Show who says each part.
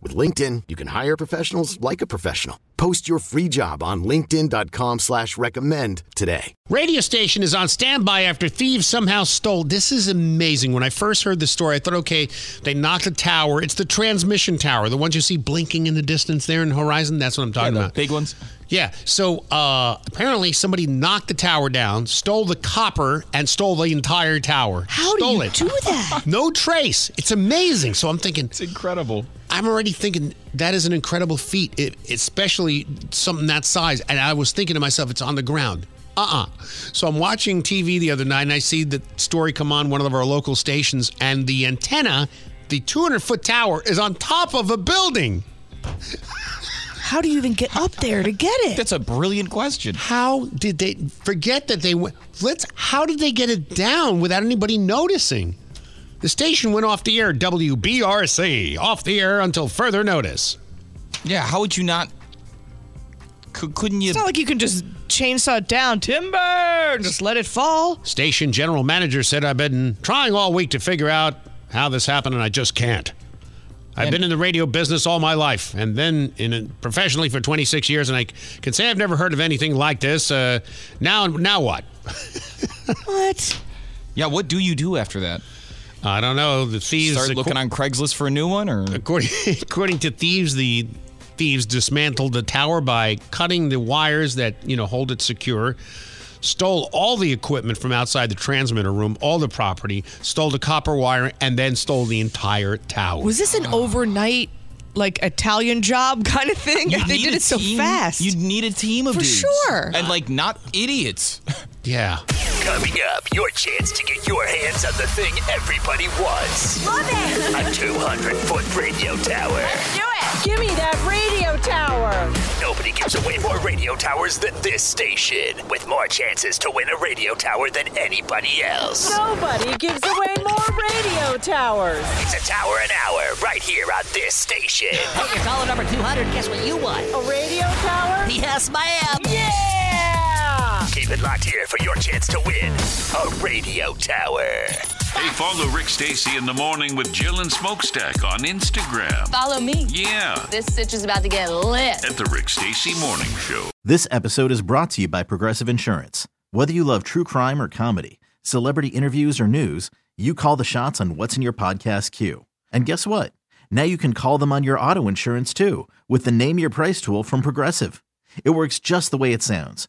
Speaker 1: With LinkedIn, you can hire professionals like a professional. Post your free job on linkedin.com slash recommend today.
Speaker 2: Radio station is on standby after thieves somehow stole. This is amazing. When I first heard the story, I thought, okay, they knocked a tower. It's the transmission tower, the ones you see blinking in the distance there in the horizon. That's what I'm talking about.
Speaker 3: Big ones.
Speaker 2: Yeah. So uh, apparently somebody knocked the tower down, stole the copper, and stole the entire tower.
Speaker 4: How do
Speaker 2: stole
Speaker 4: you
Speaker 2: it.
Speaker 4: do that?
Speaker 2: no trace. It's amazing. So I'm thinking,
Speaker 3: It's incredible.
Speaker 2: I'm already thinking that is an incredible feat, it, especially something that size. And I was thinking to myself, it's on the ground. Uh uh So I'm watching TV the other night and I see the story come on one of our local stations, and the antenna, the 200 foot tower, is on top of a building.
Speaker 4: How do you even get up there to get it?
Speaker 3: That's a brilliant question.
Speaker 2: How did they forget that they went? Let's, how did they get it down without anybody noticing? The station went off the air, WBRC, off the air until further notice.
Speaker 3: Yeah, how would you not? Cou- couldn't you?
Speaker 4: it's not like you can just chainsaw it down, timber, and just let it fall.
Speaker 2: Station general manager said, I've been trying all week to figure out how this happened and I just can't. I've been in the radio business all my life and then in a, professionally for 26 years, and I c- can say I've never heard of anything like this. Uh, now, now what?
Speaker 4: What?
Speaker 3: yeah, what do you do after that?
Speaker 2: I don't know. The thieves
Speaker 3: Start
Speaker 2: acco-
Speaker 3: looking on Craigslist for a new one, or
Speaker 2: according, according to thieves, the thieves dismantled the tower by cutting the wires that you know hold it secure. Stole all the equipment from outside the transmitter room, all the property, stole the copper wire, and then stole the entire tower.
Speaker 4: Was this an overnight, like Italian job kind of thing?
Speaker 3: You'd
Speaker 4: they
Speaker 3: need
Speaker 4: did
Speaker 3: a
Speaker 4: it so
Speaker 3: team-
Speaker 4: fast.
Speaker 3: You'd need a team of
Speaker 4: For
Speaker 3: dudes.
Speaker 4: sure.
Speaker 3: and like not idiots.
Speaker 2: yeah.
Speaker 5: Coming up, your chance to get your hands on the thing everybody wants. Love it! A 200 foot radio tower.
Speaker 6: Do it! Give me that radio tower!
Speaker 5: Nobody gives away more radio towers than this station, with more chances to win a radio tower than anybody else.
Speaker 6: Nobody gives away more radio towers!
Speaker 5: It's a tower an hour right here on this station.
Speaker 7: Hey, your caller number 200. Guess what you want?
Speaker 6: A radio tower?
Speaker 7: Yes, ma'am.
Speaker 6: Yeah!
Speaker 5: Keep it locked here for your chance to win a radio tower.
Speaker 8: Hey, follow Rick Stacy in the morning with Jill and Smokestack on Instagram.
Speaker 9: Follow me.
Speaker 8: Yeah,
Speaker 9: This stitch is about to get lit.
Speaker 8: at the Rick Stacy Morning Show.
Speaker 10: This episode is brought to you by Progressive Insurance. Whether you love true crime or comedy, celebrity interviews or news, you call the shots on what's in your podcast queue. And guess what? Now you can call them on your auto insurance too with the Name Your Price tool from Progressive. It works just the way it sounds.